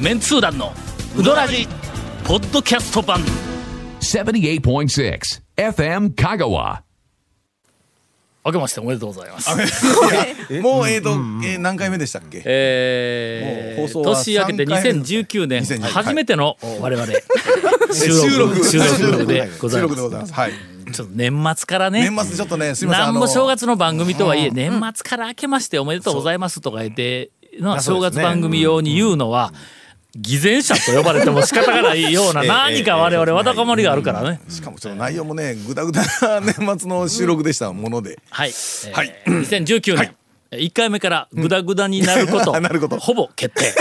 メンツー団のウドラジポッドキャスト版78.6 FM Kagawa. 明けましておめでとうございますもう、えっ、と、えー何回目でしたっけえもーう放送は年明けて3回目2019年2019初めての我々収 収録録収録でござい収ま録ですございます。はい。ちょっと年末からね年末ちょっとね、すみませなん。んあもの正月の番組とはいえ年末から明けましておめでとうございますとか言ってな正月番組用に言うのは偽善者と呼ばれても仕方がないような ええ何か我々わだかまりがあるからねしかもちょっと内容もね、ぐだぐだな年末の収録でしたもので。はい、えーはい2019年、一1回目からグダグダになることなることほぼ決定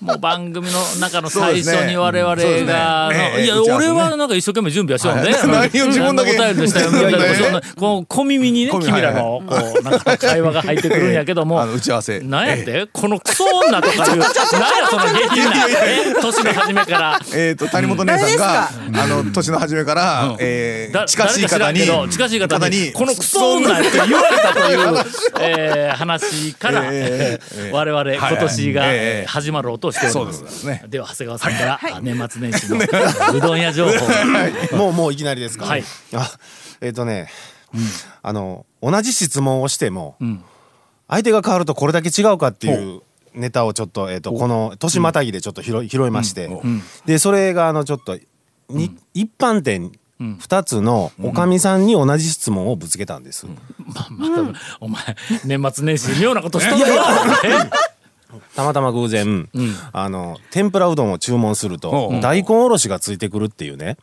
もう番組の中のそう最ですね初に我々が、そうですねあのええいや打ち合わ俺せねはなんか一生懸命準備はしてたんで、はい何を自分だけあのお便りとしては読んだりもしようねこう小耳にね小耳君らのこうなんか会話が入ってくるんやけどもあの打ち合わせ。なんやって、このクソ女とかいうなんやその下品な、え年の初めからえっと谷本姉さんがあの年の初めから、えーだ近しい誰か知方らんけどに近しい方にこのクソな女って言われたという、えー話から、ええええ我々はい今年がえええー始まろうとしておそりうま。ですすね。では長谷川さんから、あ年末年始 のうどん屋情報 もうもういきなりですか。はいあ、えっ、とね、あの同じ質問をしても、相手が変わるとこれだけ違うかっていうネタをちょっとえっ、とこの年またぎでちょっと拾い拾いまして、でそれがあのちょっとに、一般店二つのおかみさんに同じ質問をぶつけたんです。お前年末年始で妙なことしとるよたまたま偶然、あの天ぷらうどんを注文すると、大根おろしがついてくるっていうね、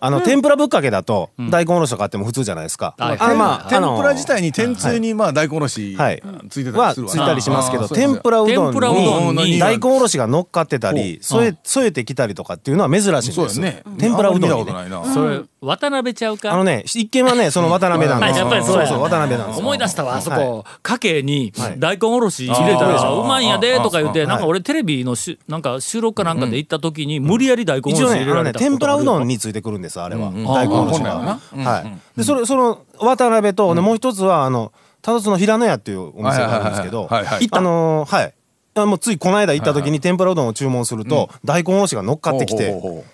あの天ぷらぶっかけだと、大根おろしとかあっても普通じゃないですか、はいあのまあ天あのぷら自体に天つゆにまあ大根おろしはいついてたりはすつるわいたりしますけあどーそうです天ぷらう天ぷらうどんどんにに大根おろしが乗っかってたり添うえ添えてきたりとかっていうのは珍しいんですそうですね。天ぷらうどんあんまり見たこにとねない な。それ渡辺ちゃうあかのね一見はねその渡辺なんあですやっぱりそうやそう渡辺なんですよ思い出したわあそこ家計にはい大根おろし入れたらあーうまいんやでとか言っていなんか俺テレビのしゅなんか収録かなんかで行った時に無理やり大根おろし一応ね入あれらのれねたことがある天ぷらうどんについてくるんですあれは大根おろしがあー本来はなはいでそれその渡辺とねもう一つはあの多度津の平野屋っていうお店があるんですけどはいはいはいはいあのーはいあもうついこの間行った時に天ぷらうどんを注文すると大根おろしが乗っかってきてほうほうほう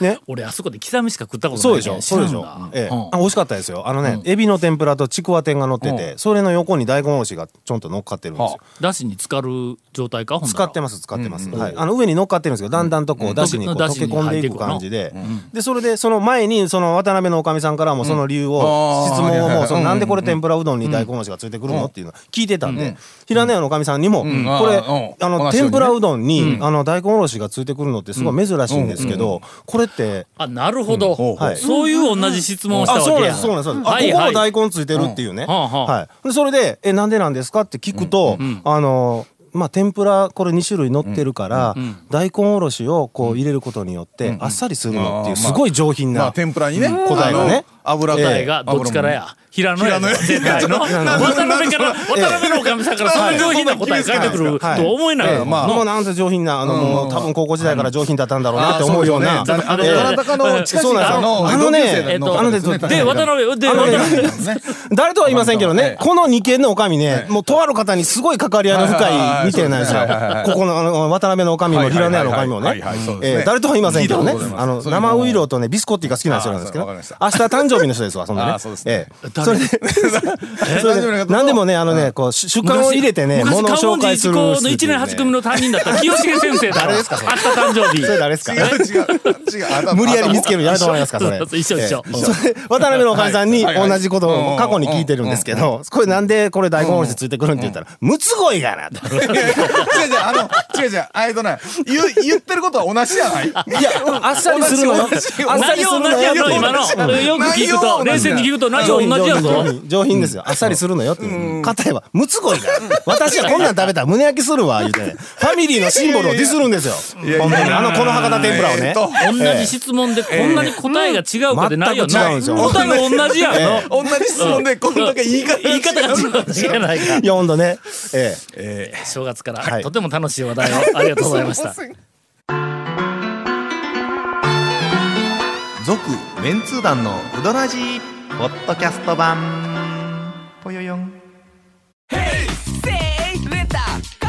ね俺あそこで刻みしか食ったことそうないでしょそうでしょええうんあ美味しかったですよあのねエビの天ぷらとちくわ天が乗ってうてそれの横に大根おろしがちょんと乗っかってるんですよだしに浸かる状態かほんなら使ってます使ってます、はい、あの上に乗っかってるんですけどだんだんとこうだしにこうだ溶しけに込んでいく感じで、でそれでその前にその渡辺のおかみさんからもその理由を、うん質問をあもーうそうんのなんでこれ天ぷらうどんに大根おろしがついてくるのっていうのを聞いてたんで、平根屋のおかみさんにも、んこれ、あーうんあ同のじようにね天ぷらうどんに、あの大根おろしがついてくるのってすごい珍しいんですけど、これって。あなるほど、ほうほうはいそういう同じ質問をしたあ、そわうけなんでやす、そうなんです。そうなんですあ、はいはいここも大根ついてるっていうね。んはあはあはい。でそれで、え、なんでなんですかって聞くと、あのー、まあ、天ぷらこれ2種類乗ってるから、大根おろしをこう入れることによってあっさりするのっていあーうすごい上品まあな天ぷらにね、答えがねあの油答えでがどっちからや平野や平野や絶対 の平野渡辺から渡辺のおかみさんからそんな上品な答え返ってくるはいと思えないえよえまあ、もうなんせ上品なあの、もう多分高校時代から上品だったんだろうなって思うような、あそうですよねええあのどなたかの近しいそうなんですよあのね同級生えっとの方ですねあのねで渡辺であ渡のね辺誰とは言いませんけどね、この2軒のおかみね、もうとある方にすごい関わり合いの深い2軒なんですよはいはいはいはい。ここのあの渡辺のおかみも平野屋のおかみもはいねはいはいはいはいそう、ですねえー誰とは言いませんけど聞ねいたことござい、ますあのそういうの生ウイローとね、ビスコッティが好きな人なんですけど、あーわ明かりま日した誕生日の人ですわ、そ んあなーねそうです。ねええそれで、そ誕生日れので、方何でもね、あのね、こう、主主観を入れてね、昔物を昔観紹音寺介一する。高の一年八組の担任だ った清重先生だろ明日誕生日それ誰ですか違う違う違うあなた。無理やり見つけるのやめてもらえますかそれそうそう一緒一緒ええそれ 渡辺のおかみさんにはいはい同じことを過去に聞いてるんですけどこれなんでこれ大根おろしついてくるんって言ったら「むつごいがな」と。いやいや違う違う、あの、違う違う、あえとね、言う、言ってることは同じじゃないいや、あっさりするの よ。あっさ内りす容同るのじやよ。ろ今のよく聞く内容とは同じだ冷静に聞くと内容上品同じやぞ上品上品ですよ。あっさりするのよって。片えば、むつごいがな。私はこんなん食べたら胸焼きするわ、言うてね。ファミリーのシンボルをディスるんですよ。本当にあの、この博多天ぷらをえー。ねと同じ質問でこんなに答えが違うかでないよ全なく違うんですよ答えが同じやえろえ同じ質問で、こんだけ言い方言い方が違う違ないか いや、ほんとね。ええ。正月から、はいとても楽しい話題をありがとうござい ました続、メンツー団のウドラジーポッドキャスト版ぽよよんセイレタカ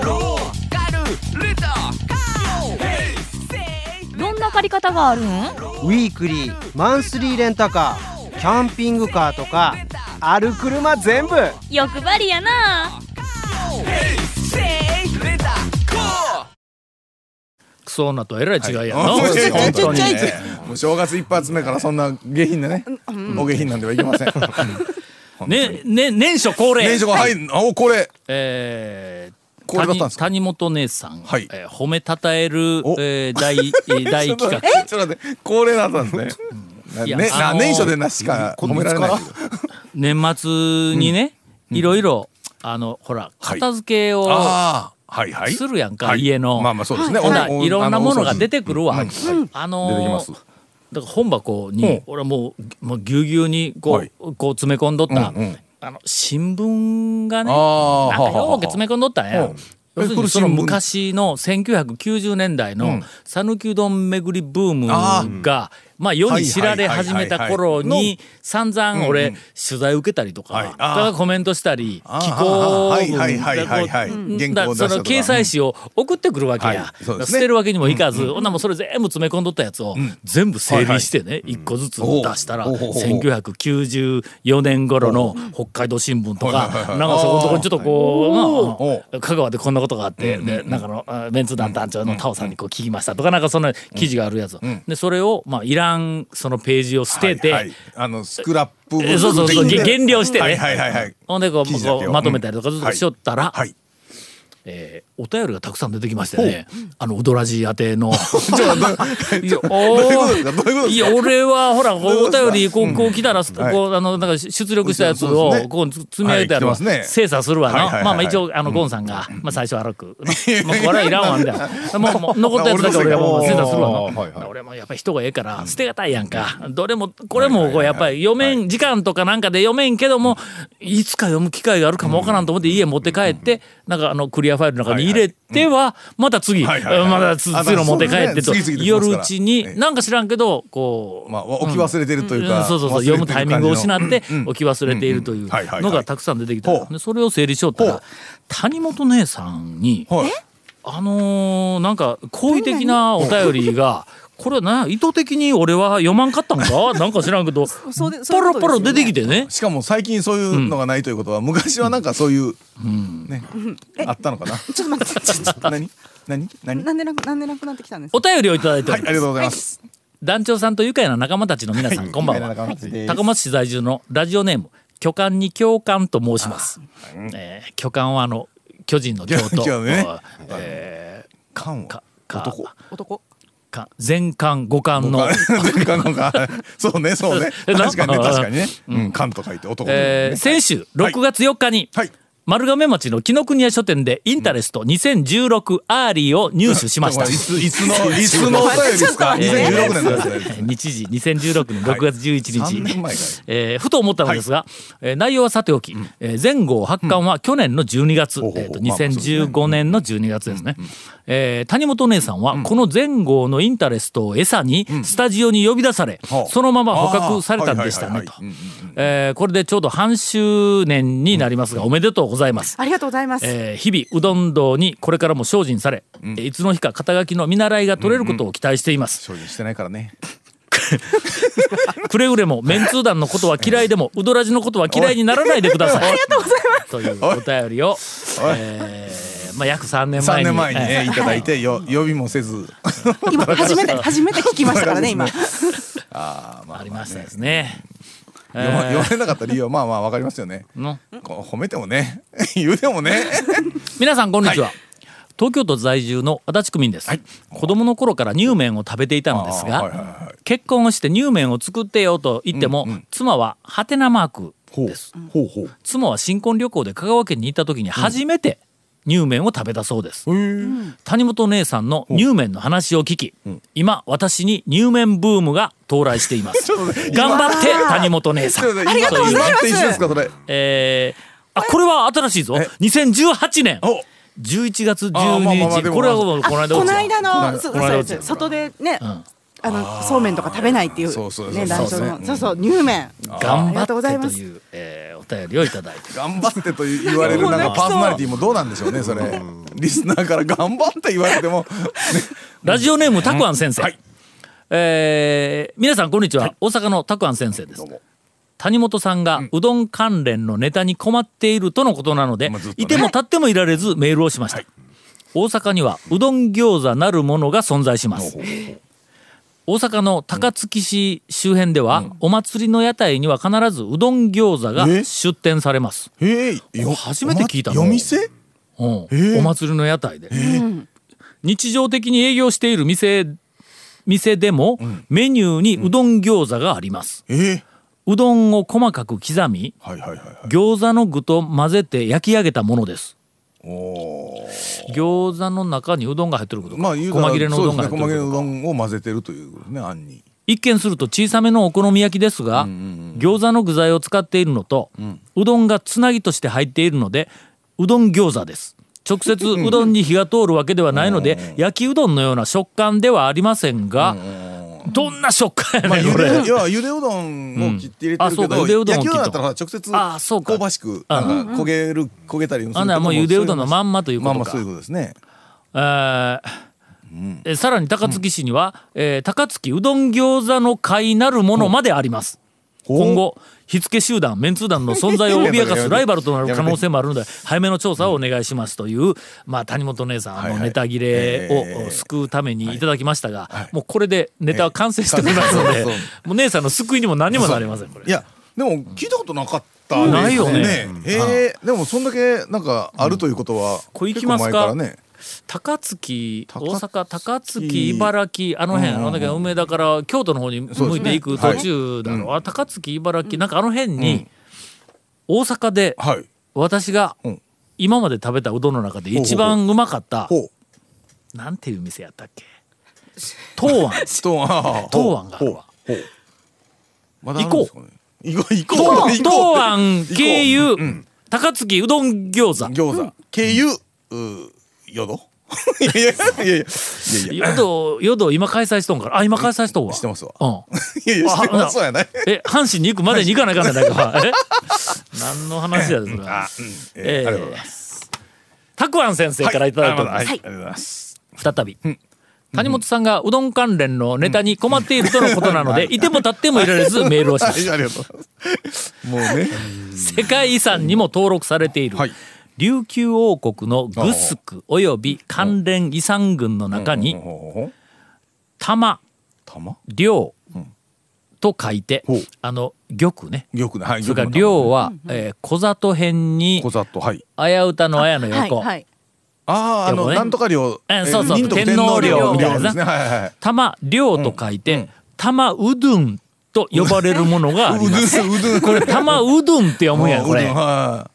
ーローカルレタり方があるんウィークリーマンスリーレンタカーキャンピングカーとかある車全部欲張りやなクソ女とえらい違いやな、うん本本当当ににねもう正月一発目からそんな下品なね、お下品なんではいけません。ねね年初恒例年初が、はい、お、これ。えーこれだったんですか谷谷本姉さん、はいえー褒めたたえる、おえー大え ー大企画ちょっと待って、恒例だったんですね。いやね、あなのー年初でなしか褒められないけど。年末にね、いろいろあのほらはい片付けを、ああ、はいはい。するやんかはい家のまあまあそうですね。ほらおおいろんなものが出てくるわ、うんはいあ出てきのますーだから本箱に俺はもうもうぎゅうぎゅうにこう,、はいこう詰め込んどった、うんうんあの新聞がねあーなんかよはあはうあけ詰め込んどったんやほう。要するにその昔の1990年代うのん讃岐うどん巡りブームあがまあ世に知られ始めた頃はいはいはいはいはに散々う俺んうん取材受けたりとかはいだあーからコメントしたりあー寄稿はい文はいはいはいはいだ原か稿らそを出したとかの掲載誌を送ってくるわけやはいそうですね捨てるわけにもいかずほんならもうそれ全部詰め込んどったやつを全部整理してね一個ずつ出したらおうおうおうおう1994年頃の北海道新聞とはいはいかはいなんかそこのとこにちょっとこうおなーあの香川でこんなことがあってでなんかのあメンツ団団長のタオさんにこう聞きましたとかなんかそんな記事があるやつをでそれをまあいらんそのページを捨てはていあのスクラップえそうそうそう的な減量してねはいはいはいはい。ほんでこう記事だこけうをまとめたりとかずっとしよったらはい。えーお便りがたくさん出てきましてねあの踊らじ宛ての。 ちょっとどう いやどういうことですかどういうこいとですやか。俺はほらこうおどういうこと便でりすかこうこう来たら、はいこうあのなんか出力したやつそうをですねこう積み上げてある、はい来てますね精査するわな、はいはいはいまあまあ一応あのゴンさんが、まあ最初は歩く、まあ、これはいらんわみたい なもうもう残ったやつだけ俺がもう精査するわな、俺のせいかはいはい俺もやっぱり人がええから捨てがたいやんか、どれもこれもこうやっぱり読めん、時間とかなんかで読めんけどもいつか読む機会があるかもわからんと思って家持って帰って、なんかあのクリアファイルの中に入れては、また次、はいはいはいまたつあ次の持って帰ってと、そうですね次々夜と来ますかうちらに、ええなんか知らんけどこう、まあ置き忘れてるといううか。んそうそうそう忘れて読るむタイミングを感じの失って置き忘れているといううんうんはいはいはいのがたくさん出てきた、ほうでそれを整理しようったほらう谷本姉さんにはい。あのーなんか好意的なお便りが これはな意図的に俺は読まんかったんかなんか知らんけどそうでそポういうロことですよねポロ出てきてねしかも最近そういうのがないということは、昔はなんかそういう、ね、あったのかな。 ちょっと待ってちょっと何何何はなんでなくなんでなくなってきたんですかお便りをいただいておい、ありますりがとうございます。団長さんと愉快な仲間たちの皆さん、こんばんはみたいな感じで高松市在住のラジオネーム巨漢に教官と申します、えー巨漢はあの巨人の教と、巨人ねえ缶をーかか男男か全巻五巻のあ 前回のがそうねそうね えな確かにあねあ確かにねうん缶と書いて男えー先週はい6月4日に、はい丸亀町の紀ノ国屋書店でインタレスト2016アーリーを入手しましたい。つ いつのいつのお便りですかえー2016年のお便りですね 日時2016年6月11はい日、 3年前からえーふと思ったのですが、えー内容はさておき、えー前後発刊は去年の12月、ほうほうえーとまあまあそうですね2015年の12月ですね、えー谷本姉さんはこの前後のインタレストを餌にスタジオに呼び出され、はあそのまま捕獲されたんでしたねとあーはいはいはいはいうんうんうんえーこれでちょうど半周年になりますが、おめでとうございます。ありがとうございます、えー日々うどん道にこれからも精進され、えーいつの日か肩書きの見習いが取れることを期待しています、精進してないからねくれぐれもメンツー団のことは嫌いでもうどらじのことは 嫌いにならないでくださ い。ありがとうございます。というお便りを、えーまあ約3年前3に年前にえねいただいてよ呼びもせず今初めて初めて聞きましたからね今あーまーあありましたですね。読ま読めなかった理由はまあまあわかりますよねのこう褒めてもね 言うてもね皆さんこんにちは。東京都在住の足立区民です、子供の頃から乳麺を食べていたのですが、あーはいはいはい結婚をして乳麺を作ってよと言っても、妻はハテナマークほうほうほう妻は新婚旅行で香川県に行った時に初めて乳麺を食べたそうです、谷本姉さんの乳麺の話を聞き、今私に乳麺ブームが到来しています 頑張って谷本姉さんありがとうございます一緒ですかそれえーあこれは新しいぞ2018年お11月あまあまあ12まあで日もこれはもうこの間この間のこそうの間そう落でちたす外でね、あのそうめんとか食べないっていうそうそうそうね男性そうのそうそう乳麺頑あり張がとうございっまてすという、えーお便りをいただいて頑張ってと言われるなんかパーソナリティもどうなんでしょうねそれ リスナーから頑張って言われてもねラジオネームたくあん先生、えー皆さんこんにちは、大阪のたくあん先生です谷本さんがうどん関連のネタに困っているとのことなので、まあずっとねいても立ってもいられずメールをしました、大阪にはうどん餃子なるものが存在します大阪の高槻市周辺では、お祭りの屋台には必ずうどん餃子がえ出店されます、ええよ初めて聞いたのお店うんお祭りの屋台で、日常的に営業している店店でも、メニューにうどん餃子があります、ええうどんを細かく刻みはいはいはいはい餃子の具と混ぜて焼き上げたものですお餃子の中にうどんが入ってることか、まあ言うたら細切れのうどんが入ってそうですねるこ細切れのとうどかんを混ぜてるということねあんに一見すると小さめのお好み焼きですが、餃子の具材を使っているのと、うどんがつなぎとして入っているのでうどん餃子です直接うどんに火が通るわけではないので焼きうどんのような食感ではありませんが、どんな食感やまあねんゆこれ、で要はゆでうどんを切って入れてるけうんあそうかゆでうどどんを焼切きったうどんだったら直接あそうか香ばしくなんか焦げる焦げたりもするけどあんならもうゆでうどんのまんまということまかあまあそういうことですねえーえさらに高槻市には、えー高槻うどん餃子の会なるものまであります今後火付け集団メンツー団の存 在を脅かすライバルとなる可能性もあるので早めの調査をお願いしますという、まあ、谷本姉さんのネタ切れはいはをいえー救うためにいただきましたが、もうこれでネタは完成しておりますのえで、えそうそうもう姉さんの救いにも何にもなりませんこれいやでも聞いたことなかったですないよねへえでもそんだけなんかあるということはこれ行き結ま構すか前からね高槻大高槻阪高槻茨城あの辺、あの辺梅田から京都の方に向いていくそ途うですね中だろう、あ高槻茨城なんかあの辺に、大阪ではい私がうん今まで食べたうどんの中で一番うまかった、ほうなんていう店やったっけ東 安ストーンあー 東安があるわほうほうまだあるんですかね行こう行こう東行こう安経由、高槻うどん餃子餃子経由うよど いやいやいやいやいやいや淀道淀道今開催しとんからあ今開催しとんわ知ってますわうんいやいやしてなそうやないえ阪神に行くまでに行かなあかんねんだ からえ何の話やですれはええーーありがとうございますたくあん先生からいただいておりまはいすありがとうございます再び谷本さんがうどん関連のネタに困っているとのことなのでいても立ってもいられず メールをしまはしいありがとうございますもうね世界遺産にも登録されているはい琉球王国のグスクおよび関連遺産群の中にほうほうほう玉玉涼と書いてほうあの玉ね玉ねはいそれから玉の涼はえー小里編に玉小里はい綾歌の綾のはい横はいあああでものねなんとか領うんそうそうえー仁徳天皇領みたいな領ですねはいはいはい玉涼と書いて玉うどんと呼ばれるものがありますうどんうどん これ玉うどんって読むんやこうどれんは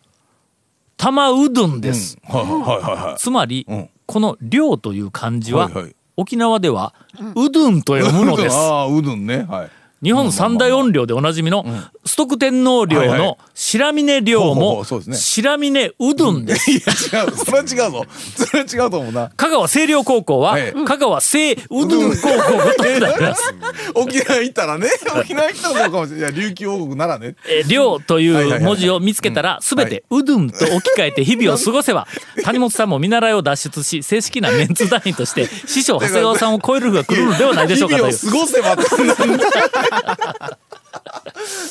玉うどんでいす、うんはいはいはいはいつまり、うんこの涼という漢字は、はいはい沖縄ではうどんと読むのですああうどん ねはい日本三大音量でおなじみの須徳天皇陵はいはの白峰陵ほうほうほもうそうですね白峰うどんですいや違うそれは違うぞそれは違うと思 うな香川清涼高校ははい香川清うどん高校が取ってあ ります沖縄行ったらね沖縄行ったらそうかもしれないいや琉球王国ならねえー量とはいはいいはうい文字を見つけたら、すべてうどんと置き換えて日々を過ご せば、谷本さんも見習いを脱出し、正式なメンツ団員として、師匠長谷川さんを超える日が来るのではないでしょうか日と々いう。を過ごせばってなんだ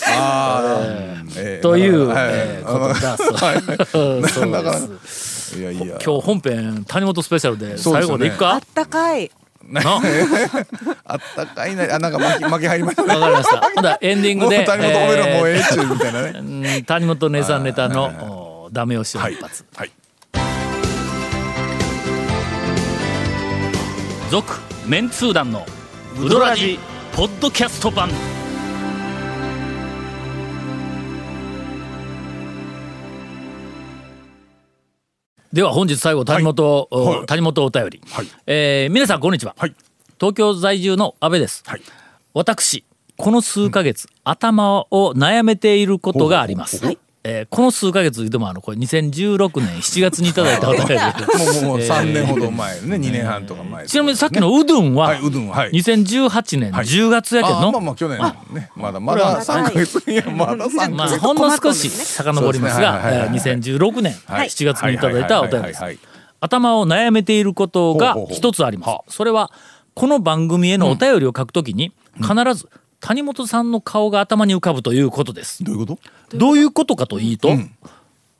ああ、 えーと いう、なかなかはいえーことだそう。はいはいなそうなかなでかいやいや今日本編、谷本スペシャルでそう最です後まよねでいくあかったかいなわかあったかいなあなんか巻き巻き入りましたねりました。ほんだらエンディンもグうで、谷本褒めろもうえええっちゅうみたいなねーうん谷本姉さんネタのおダメ押しをはい一発。はい続、メンツー団のウドラジ、ポッドキャスト版。では本日最後谷本、おはい谷本お便り、はいえー皆さんこんにちは、はい東京在住の阿部です、はい私この数ヶ月、頭を悩めていることがあります、えーこの数ヶ月でもあのこれ2016年7月にいただいたお便りもうもうもう三年ほど前ね二年半とか前ちなみにさっきのうどんは、はいうどんはい2018年はい10月やけど、あーまあまあ去年ねまだまだ三ヶ月いやまだ三まヶあ、月ほんの少し遡りますそうですねはいはいが、えはいー2016年はい7月にいただいたお便りです。頭を悩めていることがほうほうほう一つあります。それは、この番組へのお便りを書くときに必ず谷本さんの顔が頭に浮かぶということです。どういうことどういうことかというと、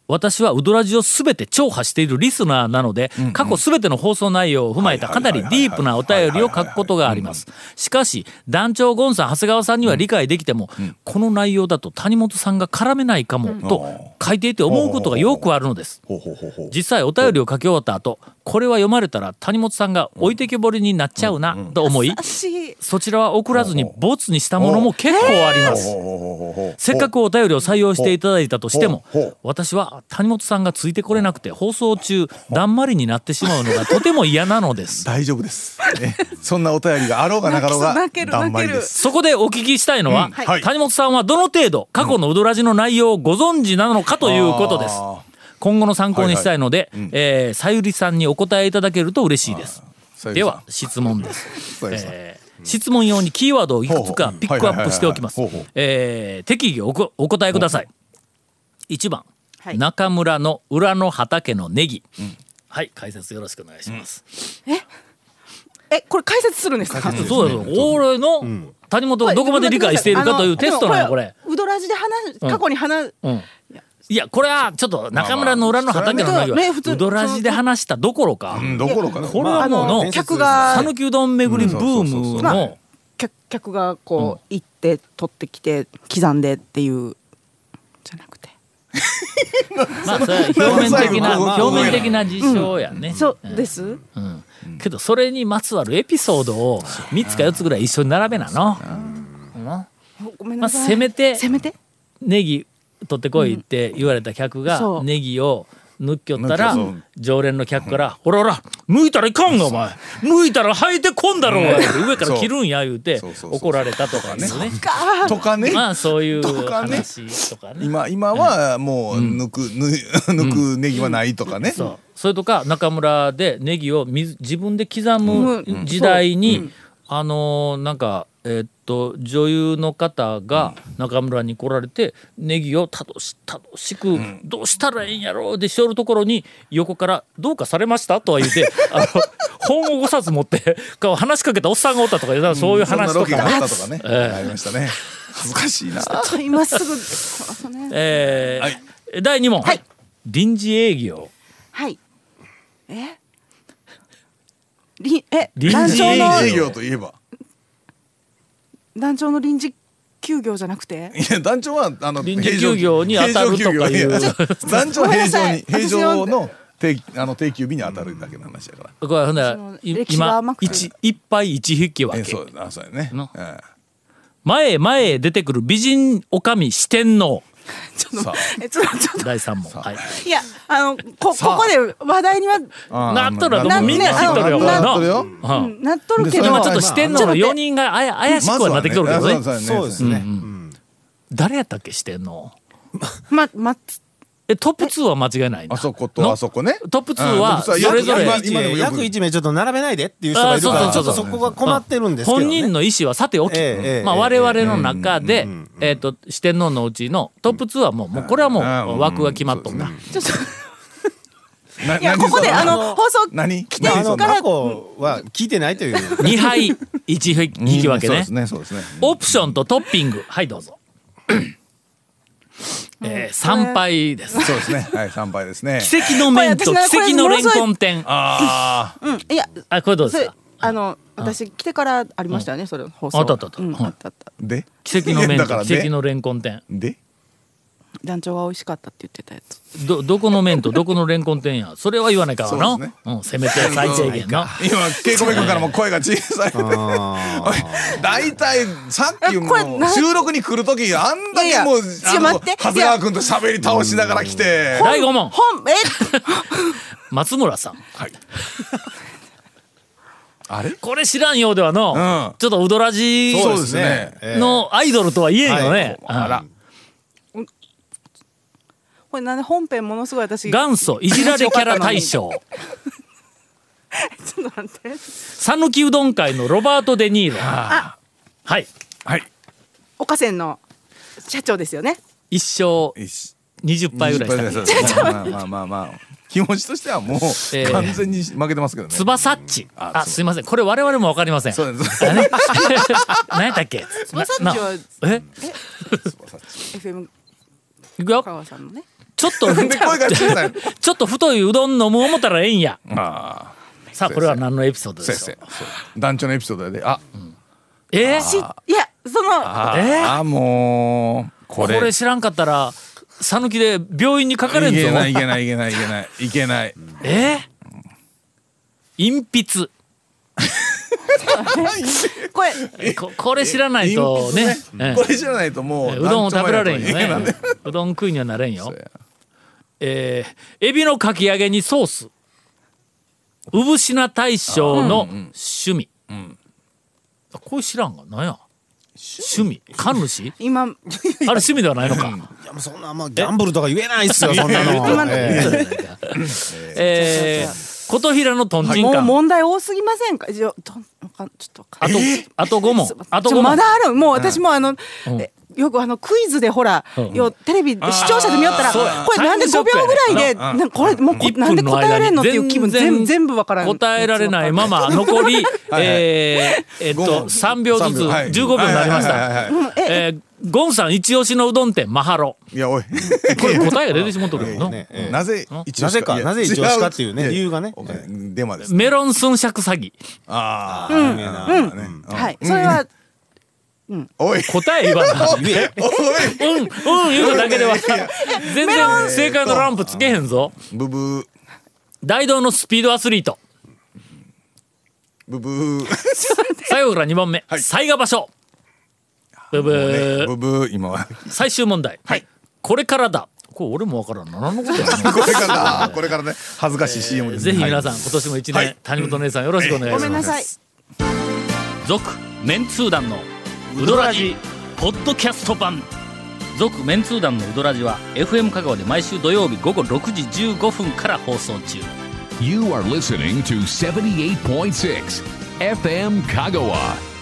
私はウドラジをすべて聴破しているリスナーなので、過去すべての放送内容を踏まえたはかいはないはいりはいディープなお便りを書くことがあります。しかし、団長ゴンさん、長谷川さんには理解できても、この内容だと谷本さんが絡めないかもと書いていて思うことがよくあるのです。ほうほうほうほ う。実際お便りを書き終わった後、これは読まれたら谷本さんが置いてけぼりになっちゃうなと思い、私そちらは送らずにボツにしたものも結構あります。ほうほうほうほうほうせっかくお便りを採用していただいたとしてもほうほう私は谷本さんがついてこれなくて放送中だんまりになってしまうのがとても嫌なのです大丈夫です。ねそんなお便りがあろうがなかろうが泣きそう泣け、るだんまりです。そこでお聞きしたいのは、うんはい谷本さんはどの程度過去のウドラジの内容をご存知なのかということですあ今後の参考にしたいので、はいはいうんえーさゆりさんにお答えいただけると嬉しいですさゆりでさんは質問ですさゆりさんえー質問用にキーワードをいくつほうかほうピックアップしておきますはいはいはいはいほうほう。えー適宜おこお答えください。1番、はい中村の裏の畑のネギ。はい、解説よろしくお願いします。えこれ解説するんですかそうだよ、俺の谷本がどこまで理解しているかというテストなのこれ。うどらじで話過去に話うんいや、これはちょっと中村の裏の畑のネギまあまあそれはね普は通ウドラジで話したどころか、うん、どころかな。これはあもうのの、客さがぬきうどん巡りブームまのあ、客客がこう行って取ってきて刻んでっていうじゃなくてまあ、それは表面的な、まあまあ表面的な事象やね。そうですうんけどそれにまつわるエピソードを3つか4つぐらい一緒に並べなの。うんまごめんあなさいせめてせめてネギ取ってこいって言われた客そがうネギを抜きよったら抜きよそう常連の客から「ほらほら剥いたらいかんがお前剥いたら生えてこんだろお前」上から切るんや言うてそうそうそうそう怒られたとかねとかね。まあそういうとかね話とかね。今今はもう抜く、ぬ 抜くネギはないとかね、そうそれとか中村でネギを水自分で刻むうん時代に、あのーなんかえーっと女優の方が中村に来られてネギを楽し楽しく、どうしたらええんやろうでしょるところに横から「どうかされました?」とは 言ってあの本を5冊持ってこう話しかけたおっさんがおったとかいうなそういうそんな話とロケがあか。ったとかね、ありましたね恥ずかしいなちょっと今すぐ ねえーはい第2問、はい臨時営業はいえりえ臨時団そ長うなんの営営業といえば団長の臨時休業じゃな くていや団長はあの臨時休業に当たるとかいう 平常休業やや団長は平常にごめ平んなさい私は常の定あの定休日に当たるだけの話やから、これほんならそのい歴史が今甘くて一一杯一引きえ分ーけそうあそうやね、のえー前へ前へ出てくる美人おかみ四天王ちょっさとえちょっとちょっと第3問はいいやあのこここで話題にはあーなっとるわまあもうみんな知っとるよなっなとるようんうんなっとるけでそどれ今はちょっと四天王の4人があや怪しくはなってきとるけどねまずはそうですね、誰やったっけ四天王ままえトップ2は間違いないなあそこのとあそこねトップツーはうんトップツーそれぞれ今約今でも1よく約1名ちょっと並べないでっていう人がいるかあらちそょうっそうとそうそこが困ってるんですけど、ね、本人の意思はさておき、ええええまあ、ええ我々の中で、えっと四天王のうちのトップ2はもうもうこれはもう枠が決まっとんだ、ちょっとないや何ここでそあの放送 何来てまああるのから過去は聞いてないという二2杯1引き分けねそうですねそうですねオプションとトッピング。はい、どうぞ。えー、参拝です。そうですねはい参拝ですね奇跡の麺とこれ私奇ね跡のレンコン店。あ、ああうんいやこれどうそですれかあの私来てからありましたよねそれ放送あったあったあったうんはいあったあったで奇跡のいや麺だかとら奇跡でのレンコン店。で団長が美味しかったって言ってたやつど、どこの麺とどこのレンコン店や。それは言わないからな。そうですねうん、せめて最低限の。今稽古部君からも声が小さい あ大体さっきもえこれな収録に来る時あんだいけやいやもうちょあの待って長谷川君と喋り倒しながら来て第5問、本え松村さん。はいあれこれ知らんようではの、うんちょっとウドラジそうですねええのアイドルとは言えんよね。あら。これなんで本編ものすごい私元祖いじられキャラ大 賞。ちょっと待って讃岐うどん界のロバート・デ・ニーロ。はい。はい岡線の社長ですよね一生一20杯ぐらいした20杯ぐらいまあまあまあまあ気持ちとしてはもうえ完全に負けてますけどねつばさっち。ああ、つばすいません。これ我々もわかりません。そうですだね 何やったっけつまさっちはえ FM いくよ香川さんのねちょっと、で声が小さい ちょっと太いうどん飲む思ったらええんや。ああさあ、これは何のエピソードで先しょ生う団長のエピソードであえしいやそのあえーあもうここれれ知らんかったら、讃岐で病院にかかれんいぞ。けないいけないいけないいけないい けないえー鉛これ筆。ここれ知らないとね。ええこれじゃないともううどんを食べられんよ団長もねやといけない。うどん食いにはなれんよ。えー、エビのかき揚げにソース。産品大将の趣味。あこれ知らんが、なんや。趣味神主 今あれ趣味ではないのか。いやもうそんなもうギャンブルとか言えないっすよそんな今ののえええー、琴平のとんちんもうかん。問題多すぎませんかじゃどんわかんちょっとわかあんとない、あと5問。あとち5ょ問まだ。あるもう私もあの、えよくあのクイズでほら、うんよテレビ視聴者で見よったらそうやこれなんでタイム5ショッ秒クやねぐらいでなこれもうこ1なんで分の答えら間れんのっていうに気分全全部わからん答えられないま ま残 りえーえっ五と問3秒ずつ三秒はい15秒になりましはいはいはいたうんええーゴンさん一押しのうどん店マハロ いやおいこれ答えが出てしまっとるよなねええなぜ一押しなぜかなぜ一押しかっていうね理由がねデマですメロン寸尺詐欺ああ有名なうんうんはいそれは おい答え言わなうんうん言うただけでは全然正解のランプつけへんぞブブー大道のスピードアスリートブブー最後から2番目災害場所ブブーブブー今は最終問題、はいこれからだこれ俺もわからんな何のことやろこれからあーこれからね恥ずかしい CM ですぜひ皆さん、はい今年も一年、はい谷本姉さんよろしくお願いしまごすめんなさい続メンツー団のウドラジポッドキャスト版続メンツー団のウドラジは FM 香川で毎週土曜日午後6時15分から放送中 You are listening to 78.6 FM Kagawa.